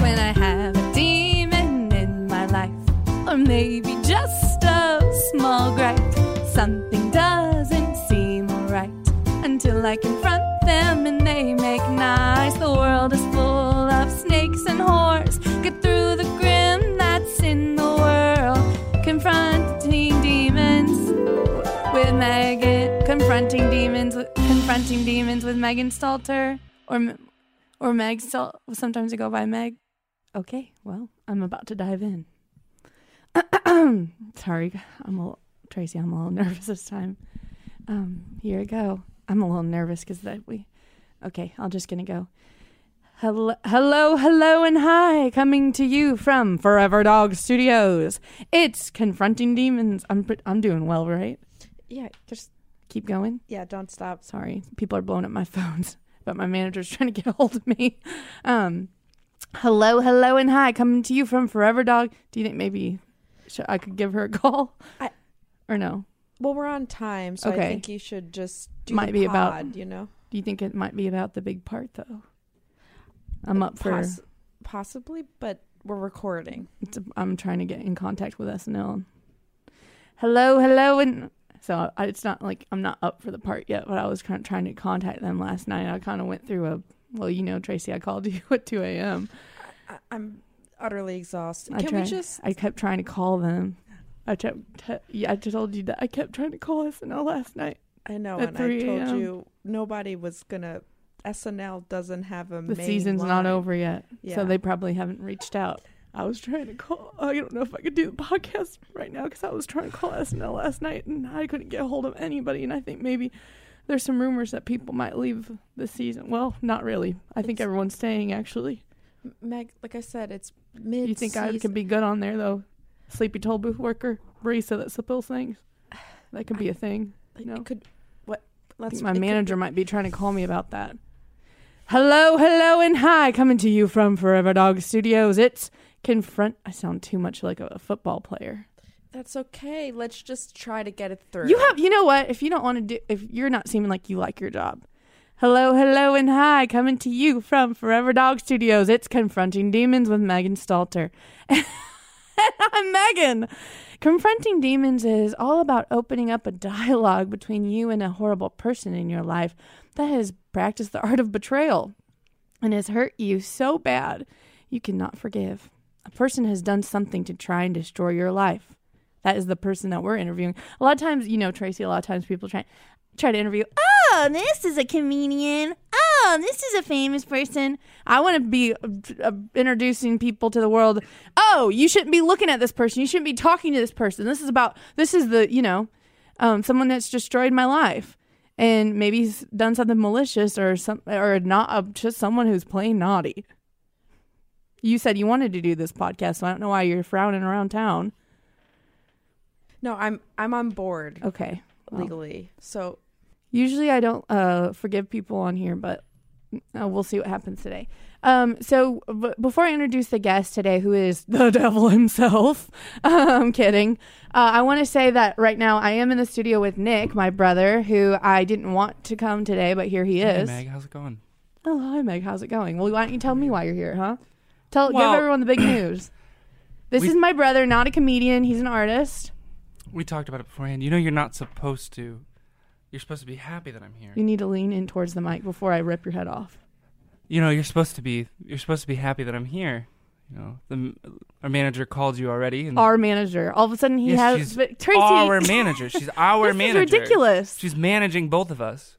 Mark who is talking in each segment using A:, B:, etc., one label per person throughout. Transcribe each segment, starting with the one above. A: when I have a demon in my life, or maybe just a small gripe. Something doesn't seem alright until I confront them and they make nice. The world is full of snakes and whores. Get through the grim that's in the world. Confronting demons with Megan. Confronting demons. With, confronting demons with Megan Stalter or. M- or Meg. Still, sometimes I go by Meg. Okay, well, I'm about to dive in. Sorry, I'm a little, Tracy. I'm a little nervous this time. Um, here I go. I'm a little nervous because that we. Okay, I'm just gonna go. Hello, hello, hello, and hi. Coming to you from Forever Dog Studios. It's confronting demons. I'm pre- I'm doing well, right?
B: Yeah, just
A: Keep going.
B: yeah, don't stop.
A: Sorry, people are blowing up my phones, but my manager's trying to get a hold of me. Um, hello, hello, and hi, coming to you from Forever Dog. Do you think maybe sh I could give her a call?
B: I-
A: or no?
B: Well, we're on time, so
A: Okay.
B: I think you should just do
A: Might
B: Might
A: be
B: be
A: about
B: about you know.
A: Do you think it might be about the big part though? I'm up for.
B: Poss- possibly, but we're recording.
A: it's, I'm trying to get in contact with SNL. Hello, hello, and so I, it's not like I'm not up for the part yet, but I was kind of trying to contact them last night. I kind of went through a well, you know, Tracy, I called you at 2 a.m.
B: I- I'm utterly exhausted.
A: I
B: Can
A: tried-
B: we just?
A: I kept trying to call them. I kept, te- yeah, I told you that I kept trying to call SNL last night.
B: I know,
A: at
B: and
A: 3
B: I told
A: a.m.
B: you nobody was gonna. SNL doesn't have a.
A: The
B: main
A: season's not
B: line.
A: over yet,
B: Yeah.
A: so they probably haven't reached out. I was trying to call. I don't know if I could do the podcast right now because I was trying to call SNL last night and I couldn't get a hold of anybody. And I think maybe there's some rumors that people might leave this season. Well, not really. I think
B: It's-
A: everyone's staying actually.
B: M- Meg, like I said, it's mid.
A: you think I could be good on there though? Sleepy toll booth worker, Brisa that spills things. That could be a thing.
B: Like,
A: no.
B: It could. What?
A: I
B: Let's.
A: think my
B: it could
A: manager
B: be-
A: might be trying to call me about that. Hello, hello, and hi. Coming to you from Forever Dog Studios. It's confront. I sound too much like a, a football player.
B: That's okay. Let's just try to get it through.
A: You have, you know what? If you don't want to do, if you're not seeming like you like your job. Hello, hello, and hi. Coming to you from Forever Dog Studios. It's confronting demons with Megan Stalter. I'm Megan. Confronting Demons is all about opening up a dialogue between you and a horrible person in your life that has practiced the art of betrayal and has hurt you so bad you cannot forgive. A person has done something to try and destroy your life. That is the person that we're interviewing. A lot of times, you know, Tracy, a lot of times people try try to interview, "Oh, this is a comedian. Oh, this is a famous person." I want to be uh, introducing people to the world. "Oh, you shouldn't be looking at this person. You shouldn't be talking to this person. This is about this is the, you know, um, someone that's destroyed my life." And maybe he's done something malicious or some or not uh, just someone who's plain naughty. You said you wanted to do this podcast, so I don't know why you're frowning around town.
B: No, I'm. I'm on board
A: Okay. well.
B: legally. So
A: Usually I don't uh, forgive people on here, but uh, we'll see what happens today. Um, so b- before I introduce the guest today, who is the devil himself, I'm kidding. Uh, I want to say that right now I am in the studio with Nick, my brother, who I didn't want to come today, but here he is.
C: Hey Meg, how's it going?
A: Oh, hi Meg. How's it going? Well, why don't you tell me why you're here, huh? Tell
C: Well-
A: give everyone the big news. This
C: We-
A: is my brother, not a comedian. He's an artist.
C: We talked about it beforehand. You know you're not supposed to. You're supposed to be happy that I'm here.
A: You need to lean in towards the mic before I rip your head off.
C: You know you're supposed to be. You're supposed to be happy that I'm here. You know the m- our manager called you already. And
A: our manager. All of a sudden, he
C: Mm-hmm. Yes,
A: has
C: she's
A: but Tracy.
C: our manager. She's our
A: this
C: manager.
A: is ridiculous.
C: She's managing both of us.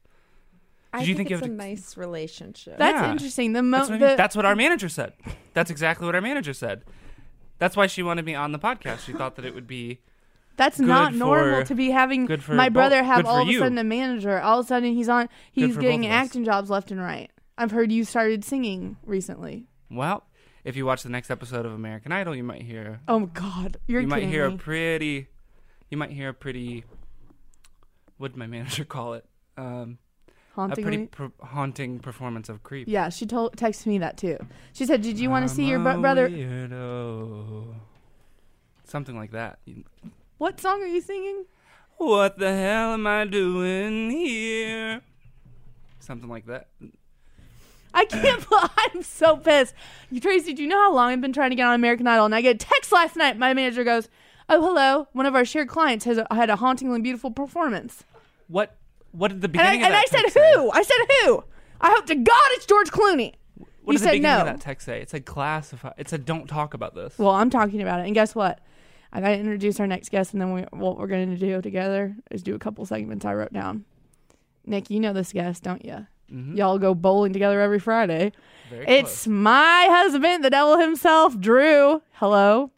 B: I
C: Did you
B: think,
C: think you
B: it's a
C: have to-
B: nice relationship.
A: That's
C: Yeah.
A: interesting. The mo-
C: That's, what I
A: the,
C: mean. That's what our manager said. That's exactly what our manager said. That's why she wanted me on the podcast. She thought that it would be
A: that's
C: good
A: not
C: for-
A: normal to be having
C: good for
A: my
C: both-
A: brother have
C: good for
A: all of a
C: you.
A: sudden a manager. All of a sudden, he's on. He's
C: for
A: getting
C: both of us.
A: acting jobs left and right. I've heard you started singing recently.
C: well. If you watch the next episode of American Idol, you might hear
A: Oh my God, you're
C: you might
A: kidding
C: hear
A: me.
C: a pretty you might hear a pretty what did my manager call it um a
A: Hauntingly.
C: pretty per- haunting performance of creep
A: yeah, she told texted me that too. She said, "Did you want to see your bro- brother?"
C: Weirdo. something like that You-
A: What song are you singing?
C: What the hell am I doing here? Something like that.
A: I can't. bel- I'm so pissed. You, Tracy, do you know how long I've been trying to get on American Idol? And I get a text last night. My manager goes, "Oh, hello. One of our shared clients has had a hauntingly beautiful performance."
C: What? What did the
A: And I,
C: beginning
A: and I
C: of that
A: said,
C: text
A: "Who?" I said, "Who?" I hope to God it's George Clooney. you
C: What did the
A: said
C: beginning
A: no.
C: of that text say? It said classify. It said don't talk about this.
A: Well, I'm talking about it. And guess what? I got to introduce our next guest, and then we, what we're going to do together is do a couple segments I wrote down. Nick, you know this guest, don't you?
C: Mhm.
A: Y'all go bowling together every Friday.
C: Very
A: It's my husband, the devil himself, Drew. Hello.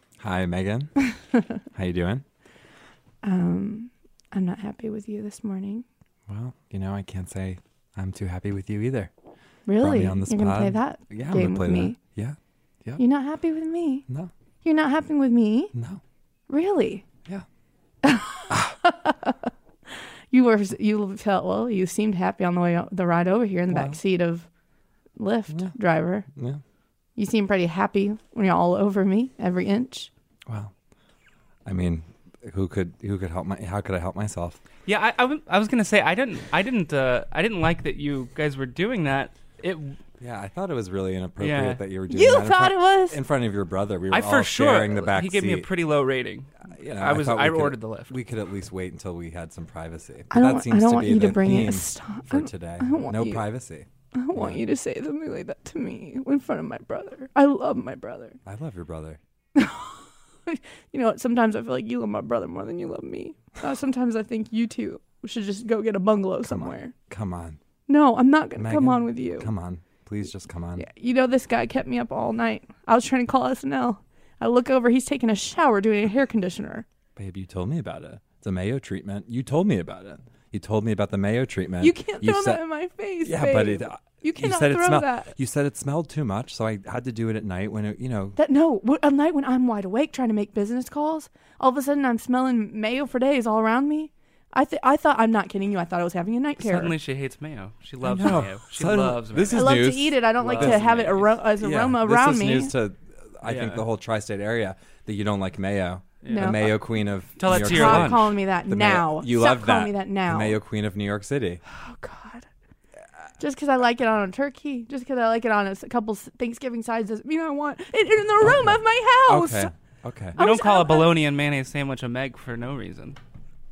D: Hi, Megan. How you doing?
A: Um, I'm not happy with you this morning.
D: Well, you know, I can't say I'm too happy with you either.
A: Really?
D: me on the
A: You're gonna
D: spot.
A: play that?
D: Yeah,
A: Game
D: I'm gonna play
A: with
D: that.
A: me.
D: Yeah.
A: You're not happy with me?
D: No.
A: You're not happy with me?
D: No.
A: Really?
D: Yeah.
A: You were you felt well. You seemed happy on the way o- the ride over here in the
D: Well.
A: back seat of Lyft
D: Yeah.
A: driver.
D: No.
A: You seem pretty happy when you're all over me every inch.
D: Well, I mean, who could who could help my? How could I help myself?
C: Yeah, I, I, w- I was gonna say I didn't I didn't uh, I didn't like that you guys were doing that. It
D: Yeah, I thought it was really inappropriate
C: Yeah.
D: that you were doing
A: You
D: that in
A: thought
D: front-
A: it was.
D: in front of your brother. We were
C: I
D: all
C: for sure
D: sharing the back
C: he gave me a
D: seat.
C: pretty low rating.
D: You know,
C: I was
D: thought
C: I,
D: we could-
C: ordered the lift.
D: We could at least wait until we had some privacy.
A: I don't.
D: that
A: want-
D: seems
A: I don't
D: to
A: want
D: be
A: you to
D: the
A: bring
D: theme
A: it. Stop. I
D: for
A: don't,
D: today.
A: I don't want
D: no
A: you-
D: privacy.
A: I don't want you to say something like that to me in front of my brother. I love my brother.
D: I love your brother.
A: You know, what? sometimes I feel like you love my brother more than you love me. Uh, sometimes I think you two should just go get a bungalow
D: Come on.
A: somewhere.
D: Come on,
A: No, I'm not gonna come
D: Megan,
A: on with you.
D: come on, please just come on.
A: Yeah, you know this guy kept me up all night. I was trying to call SNL. I look over, he's taking a shower doing a hair conditioner.
D: Babe, you told me about it. It's a Mayo treatment. You told me about it. You told me about the Mayo treatment.
A: you can't throw
D: said-
A: that in my face.
D: Yeah,
A: babe.
D: but it, uh,
A: you
D: you
A: cannot
D: said it
A: throw
D: smelled.
A: that.
D: You said it smelled too much, so I had to do it at night when it, you know.
A: That no, wh- at night when I'm wide awake trying to make business calls, all of a sudden I'm smelling mayo for days all around me. I th- I thought I'm not kidding you. I thought I was having a night terror.
C: Suddenly she hates mayo. She loves
D: know.
C: mayo. She
D: Suddenly-
C: loves mayo.
D: this
A: I
D: is
A: love
D: news.
A: to eat it. I don't like
C: Love
A: to have it
C: mayo.
A: aro- as
D: Yeah,
A: aroma around
D: this is
A: me.
D: news to, I think,
C: Yeah.
D: the whole tri-state area that you don't like Mayo.
A: No.
D: The Mayo Queen of
C: Tell
D: New
C: that
D: York
C: to your
A: Stop
C: lunch.
A: calling me that
D: The Mayo-
A: now.
D: you
A: Stop
D: love
A: calling
D: that.
A: me that
D: The
A: now.
D: Mayo Queen of New York City.
A: Oh God. Just because I like it on a turkey, just because I like it on a s- couple s- Thanksgiving sides, doesn't mean I want it in the room of my house.
D: Okay. Okay.
A: I
C: we
A: was
C: don't call a
A: out there-
C: bologna and mayonnaise sandwich a meg for no reason.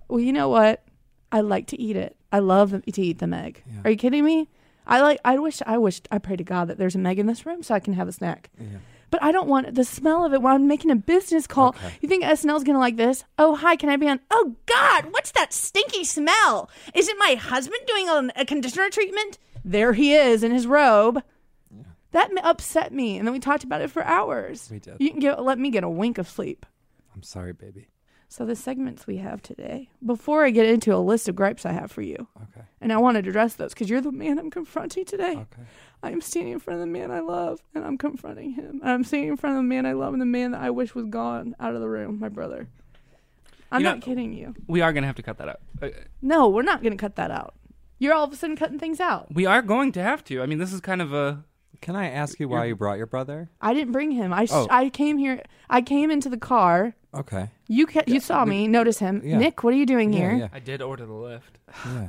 A: Well, you know what? I like to eat it. I love to eat the Meg.
D: Yeah.
A: Are you kidding me? I like. I wish. I wish. I pray to God that there's a Meg in this room so I can have a snack.
D: Yeah.
A: But I don't want the smell of it when I'm making a business call.
D: Okay.
A: You think SNL's gonna like this? Oh hi, can I be on? Oh God, what's that stinky smell? Is it my husband doing an- a conditioner treatment? There he is in his robe. That m- upset me, and then we talked about it for hours.
D: We did.
A: You can get, let me get a wink of sleep.
D: I'm sorry, baby.
A: So the segments we have today. Before I get into a list of gripes I have for you,
D: Okay.
A: and I want to address those because you're the man I'm confronting today.
D: Okay.
A: I am standing in front of the man I love, and I'm confronting him. And I'm standing in front of the man I love and the man that I wish was gone out of the room, my brother. I'm
C: You know-
A: not kidding you.
C: We are gonna have to cut that out. Uh,
A: No, we're not going to cut that out. You're all of a sudden cutting things out.
C: we are going to have to. I mean, this is kind of a
D: Can I ask you why you brought your brother?
A: I didn't bring him. I sh-
D: Oh.
A: I came here. I came into the car.
D: Okay.
A: You ca- you saw me. Notice him.
D: yeah.
A: Nick, what are you doing here?
D: Yeah.
C: I did order the lift.
D: yeah, yeah.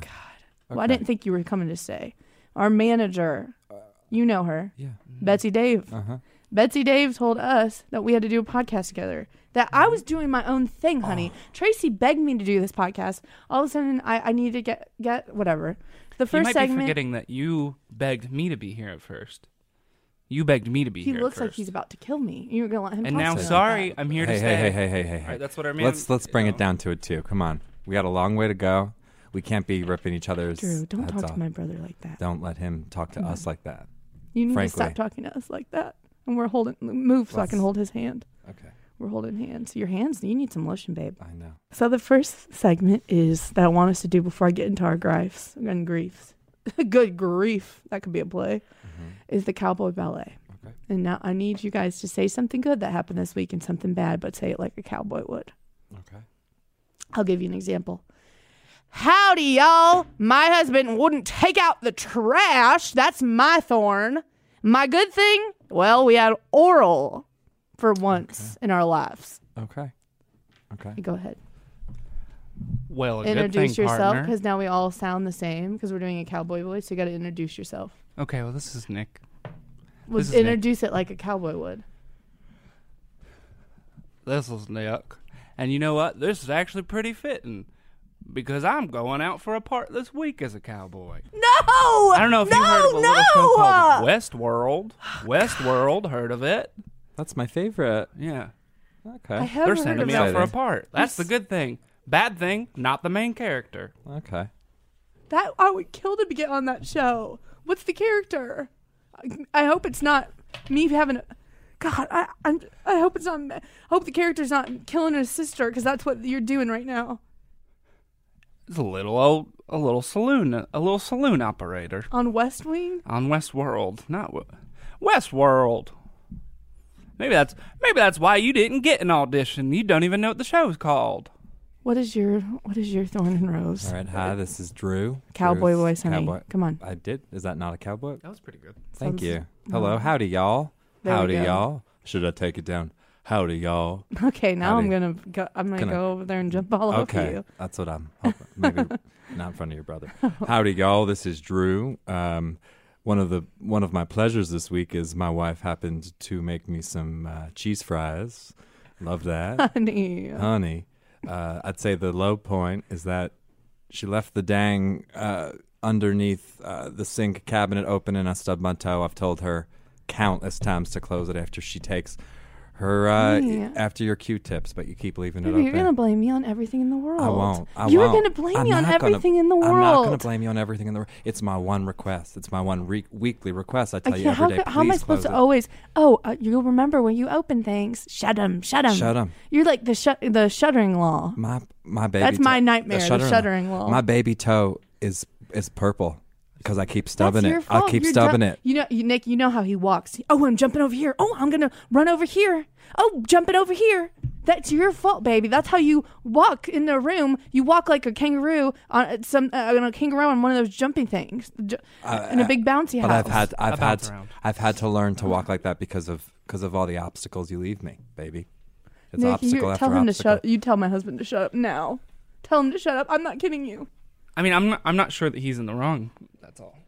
A: Well, I didn't think you were coming to stay. Our manager,
D: Uh,
A: you know her,
D: Yeah.
A: Mm-hmm. Betsy Dave.
D: Uh huh.
A: Betsy Dave told us that we had to do a podcast together. That
D: Mm-hmm.
A: I was doing my own thing, honey.
D: Oh.
A: Tracy begged me to do this podcast. All of a sudden, I, I need to get get whatever. The
C: you
A: first
C: might be
A: segment,
C: forgetting that you begged me to be here at first. You begged me to be
A: he
C: here.
A: looks
C: at
A: like
C: first.
A: he's about to kill me. You're gonna let him.
C: And
A: talk
C: now,
A: to me like
C: sorry,
A: that.
C: I'm here
D: hey,
C: to
D: hey,
C: stay.
D: hey, hey, hey, hey, hey.
C: All right, that's what our man.
D: let's let's bring
C: you
D: it down to it too. Come on, we got a long way to go. We can't be ripping each other's.
A: Drew, don't
D: heads
A: talk
D: off.
A: to my brother like that.
D: Don't let him talk to
A: Come
D: us like that.
A: You need
D: frankly.
A: to stop talking to us like that. And we're holding move so I can
D: Let's-
A: hold his hand.
D: Okay,
A: We're holding hands. Your hands, you need some lotion, babe.
D: I know.
A: So the first segment is that I want us to do before I get into our gripes and griefs. Good grief, that could be a play. Is the cowboy ballet.
D: Mm-hmm. Okay.
A: And now I need you guys to say something good that happened this week and something bad, but say it like a cowboy would.
D: Okay.
A: I'll give you an example. Howdy, y'all. My husband wouldn't take out the trash. That's my thorn. My good thing? Well, we had oral for once in our lives.
D: Okay. Okay.
A: Go ahead.
C: Well, a
A: introduce
C: good thing,
A: yourself
C: partner.
A: because now we all sound the same because we're doing a cowboy voice. So you got to introduce yourself.
C: Okay, well, this is Nick.
A: Was
C: is Nick.
A: introduce it like a cowboy would.
C: This is Nick. And you know what? This is actually pretty fitting because I'm going out for a part this week as a cowboy.
A: No, I
C: I don't know if you heard of a little show called Westworld. Westworld, heard of it?
D: That's my favorite.
C: Yeah.
D: Okay.
A: I have
C: They're
A: heard
C: sending
A: of
C: me
A: it.
C: out for a
D: Exciting.
C: part. That's the good thing. Bad thing, not the main character.
D: okay.
A: That I would kill to get on that show. What's the character? I, I hope it's not me having. A, God, I I'm, I hope it's not. I hope the character's not killing his sister because that's what you're doing right now
C: It's a little old, a little saloon, a little saloon operator
A: on West Wing.
C: on Westworld, not w- Westworld. Maybe that's maybe that's why you didn't get an audition. You don't even know what the show's called.
A: What is your What is your thorn and rose?
D: All right. Hi, this is Drew.
A: Cowboy
D: Drew's
A: voice, honey.
D: Cowboy.
A: Come on.
D: I did. Is that not a cowboy?
C: That was pretty good.
D: Thank
A: Sounds-
D: you. Hello. Howdy, y'all.
A: There we
D: Howdy,
A: go.
D: y'all. Should I take it down? Howdy, y'all.
A: Okay, now
D: Howdy.
A: I'm gonna go, I'm gonna
D: Can I-
A: go over there and jump all over
D: okay.
A: you.
D: That's what I'm hoping. Maybe not in front of your brother. Howdy, y'all. This is Drew. Um, one of the one of my pleasures this week is my wife happened to make me some uh, cheese fries. Love that.
A: Honey.
D: honey. Uh, I'd say the low point is that she left the dang uh, underneath uh, the sink cabinet open, and I stubbed my toe. I've told her countless times to close it after she takes her uh,
A: Mm, Yeah.
D: after your Q-tips, but you keep leaving it
A: Baby, you're
D: open.
A: gonna blame me on everything in the world.
D: I won't. I
A: you're
D: won't.
A: gonna blame
D: I'm
A: me on
D: not gonna-
A: everything in the world.
D: I'm not going to blame you on everything in the world. It's my one request. It's my one re- weekly request. I
A: I
D: tell
A: can't,
D: you every
A: how,
D: day.
A: could- how am I
D: please
A: supposed to
D: close it.
A: always? Oh, uh, you'll remember when you open things. Shut them. Shut them.
D: Shut 'em.
A: You're like the shut the shuttering law.
D: My my baby.
A: That's
D: toe-
A: my
D: the
A: nightmare. The
D: shuddering-
A: shuttering law.
D: My baby toe is is purple because I keep stubbing
A: That's your
D: it. I
A: fault.
D: keep
A: You're
D: stubbing
A: ju-
D: it.
A: You know, you, Nick. You know how he walks. Oh, I'm jumping over here. Oh, I'm gonna run over here. Oh, jumping over here. That's your fault, baby. That's how you walk in the room. You walk like a kangaroo on uh, some uh, on a kangaroo on one of those jumping things ju- in a big bouncy
D: Uh, But
A: house. Uh-huh.
D: I've had I've
C: I
D: had
C: bounce around.
D: I've had to learn to walk like that because of because of all the obstacles you leave me, baby. It's
A: Nick, you
D: obstacle after
A: tell him to
D: obstacle.
A: shut. You tell my husband to shut up now. Tell him to shut up. I'm not kidding you.
C: I mean, I'm not, I'm not sure that he's in the wrong. That's all.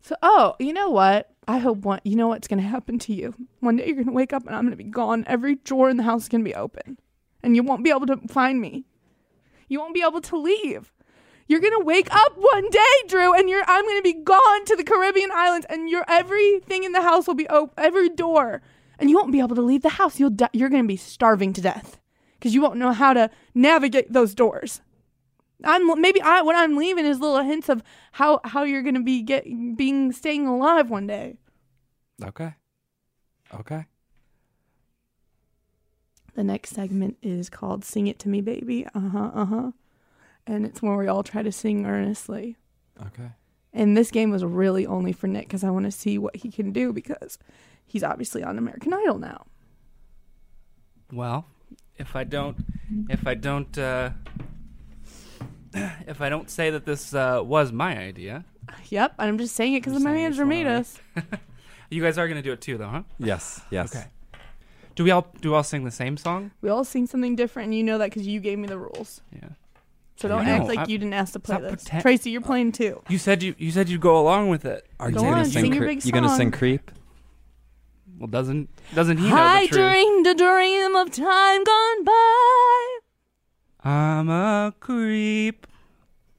A: So, oh, you know what? I hope one. You know what's going to happen to you. One day you're going to wake up and I'm going to be gone. Every drawer in the house is going to be open, and you won't be able to find me. You won't be able to leave. You're going to wake up one day, Drew, and you're. I'm going to be gone to the Caribbean islands, and your everything in the house will be open. Every door, and you won't be able to leave the house. You'll. Di- you're going to be starving to death because you won't know how to navigate those doors. I'm maybe I what I'm leaving is little hints of how how you're gonna be get being staying alive one day.
D: Okay. Okay.
A: The next segment is called "Sing It to Me, Baby." Uh huh. Uh huh. And it's when we all try to sing earnestly.
D: Okay.
A: And this game was really only for Nick because I want to see what he can do because he's obviously on American Idol now.
C: Well, if I don't, if I don't, uh, if I don't say that this uh, was my idea,
A: Yep, I'm just saying it because the
C: You're saying
A: manager
C: it's
A: made
C: not
A: us.
C: you guys are gonna do it too, though, huh?
D: Yes. Yes.
C: Okay. Do we all do we all sing the same song?
A: We all sing something different, and you know that because you gave me the rules.
C: Yeah.
A: So don't
D: No,
A: act like
C: I-
A: you didn't ask to play
C: not
A: this.
C: pretend-
A: Tracy, you're playing too.
C: You said you you said you'd go along with it.
D: Are
A: Go
D: you gonna
A: on,
D: sing?
A: sing your
D: cre-
A: big
D: you gonna
A: song.
D: sing creep?
C: Well, doesn't doesn't he know
A: I
C: the truth?
A: dreamed a dream of time gone by.
C: I'm a creep.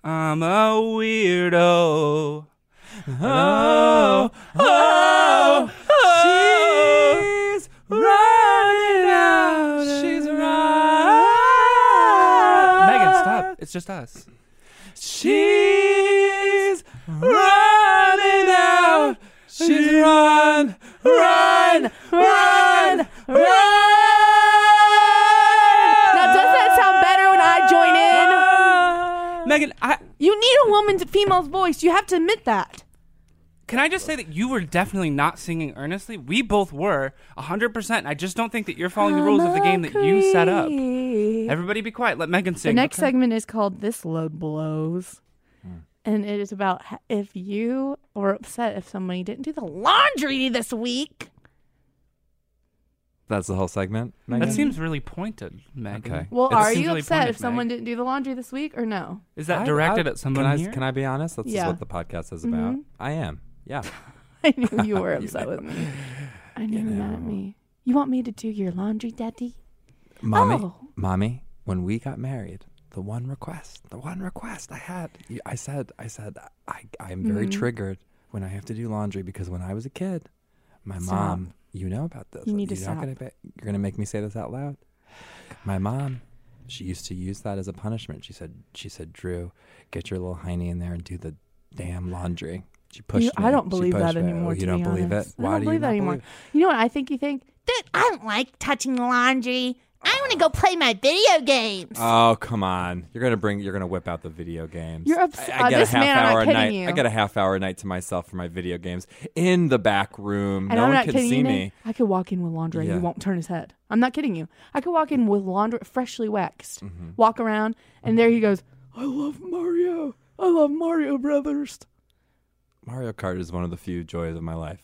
C: I'm a weirdo. Oh, oh, oh. She's running out. She's running. Megan, stop. It's just us. She's running out. She's run, run, run, run.
A: Now, does that sound better when I join in?
C: Ah. Megan, I,
A: You need a woman's female's voice. You have to admit that.
C: can I just say that you were definitely not singing earnestly? We both were, 100%. I just don't think that you're following the rules of the game that you set up. Everybody be quiet. Let Megan
A: The
C: sing.
A: next
C: okay?
A: segment is called "This Load Blows,"
C: Hmm.
A: and it is about h- if you were upset if somebody didn't do the laundry this week.
D: That's the whole segment.
A: Megan?
C: That seems really pointed, Megan.
D: Okay.
A: Well,
D: It
A: are
C: seems
A: you
C: really
A: upset
C: pointed,
A: if someone
C: Meg.
A: didn't do the laundry this week or no?
C: Is that
D: I-
C: directed
D: I-
C: at someone
D: can I,
C: here?
D: Can I be honest? That's
A: Yeah.
D: just what the podcast is about.
A: Mhm.
D: I am. Yeah.
A: I knew you were upset with me. I knew you were mad at
D: know.
A: me. You want me to do your laundry, Daddy?
D: Mommy,
A: Oh.
D: mommy, when we got married, the one request, the one request I had, you- I said, I said, I, I'm very
A: Mhm.
D: triggered when I have to do laundry because when I was a kid, my
A: Stop.
D: mom, you know about this.
A: You need to
D: you're not Gonna be, you're going to make me say this out loud. My mom, she used to use that as a punishment. She said, she said, Drew, get your little hiney in there and do the damn laundry. She pushed
A: You-
D: me.
A: I don't
D: She
A: believe that
D: pushed me.
A: anymore,
D: Oh, you
A: to
D: don't
A: be
D: believe
A: honest.
D: it?
A: I
D: Why
A: don't
D: do you
A: believe that
D: not
A: anymore.
D: believe-
A: You know what I think you think?
E: Dude, I don't like touching the laundry. I want to go play my video games.
D: Oh come on! You're gonna bring. You're gonna whip out the video games.
A: You're
D: I-
A: obs-
D: I,
A: uh,
D: get
A: this
D: a half
A: man, I'm not
D: hour a
A: kidding
D: night.
A: you.
D: I get a half hour a night to myself for my video games in the back room.
A: And
D: no
A: I'm
D: one
A: not
D: can
A: kidding
D: see
A: you. Nick.
D: me.
A: I could walk in with laundry and
D: Yeah.
A: he won't turn his head. I'm not kidding you. I could walk in with laundry freshly waxed,
D: Mm-hmm.
A: walk around, and there he goes, I love Mario. I love Mario Brothers.
D: Mario Kart is one of the few joys of my life.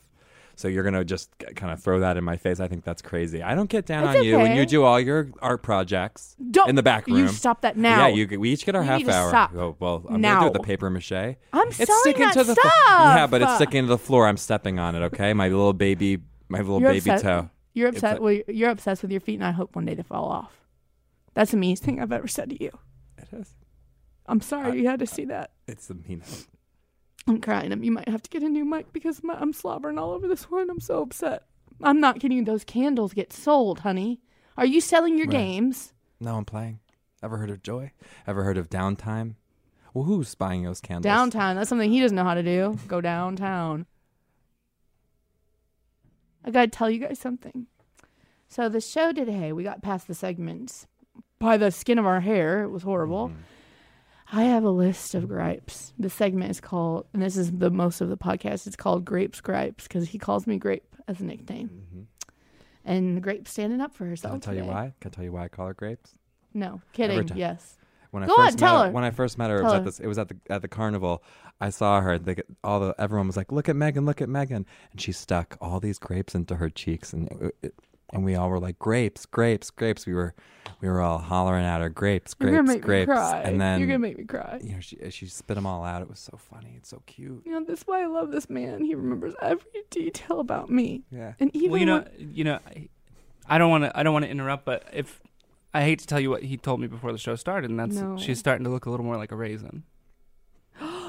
D: So you're gonna just kind of throw that in my face. I think that's crazy. I don't get down
A: It's
D: on you when
A: okay.
D: you do all your art projects
A: Don't
D: in the back room.
A: You stop that now.
D: Yeah, you, g- we each get our
A: You
D: half
A: need to
D: hour.
A: stop.
D: Oh, well, I'm
A: Now.
D: gonna do the paper mache.
A: I'm
D: it's
A: selling
D: sticking
A: that
D: to the
A: stuff.
D: Floor. Yeah, but it's sticking to the floor. I'm stepping on it. Okay, my little baby, my little
A: You're
D: baby
A: upset.
D: toe.
A: You're
D: It's
A: upset.
D: a-
A: well, you're obsessed with your feet, and I hope one day they fall off. That's the meanest thing I've ever said to you.
D: It is.
A: I'm sorry you had to see that.
D: It's the meanest.
A: I'm crying. Um, You might have to get a new mic because my, I'm slobbering all over this one. I'm so upset. I'm not kidding. you. Those candles get sold, honey. Are you selling your
D: Right.
A: games?
D: No, I'm playing. Ever heard of joy? Ever heard of downtime? Well, who's buying those candles?
A: Downtown. That's something he doesn't know how to do. Go downtown. I gotta tell you guys something. So the show today, we got past the segments by the skin of our hair. It was horrible.
D: Mm-hmm.
A: I have a list of gripes. The segment is called, and this is the most of the podcast. It's called Grapes Gripes because he calls me Grape as a nickname, and Grape's standing up for
D: Mm-hmm. Can
A: herself.
D: I tell you
A: today.
D: why? Can I tell you why I call her grapes?
A: No, kidding.
D: time.
A: Yes.
D: When I
A: Go
D: first
A: on,
D: met
A: tell her.
D: When I first met her, it
A: Tell
D: was
A: her.
D: at this. It was at the at the carnival. I saw her. They, get- all the everyone was like, "Look at Megan! Look at Megan!" And she stuck all these grapes into her cheeks, and it, it, and we all were like, "Grapes! Grapes! Grapes!" We were we were all hollering at her, "Grapes! Grapes!
A: You're gonna make
D: grapes!"
A: me cry.
D: And then
A: You're gonna make me cry.
D: you know she uh, she spit them all out. It was so funny. It's so cute.
A: You know, that's why I love this man. He remembers every detail about me.
D: Yeah.
A: And even
C: well, you know,
A: when-
C: you know, I- I don't want to. I don't want to interrupt, but if I hate to tell you what he told me before the show started, and that's
A: No.
C: she's starting to look a little more like a raisin.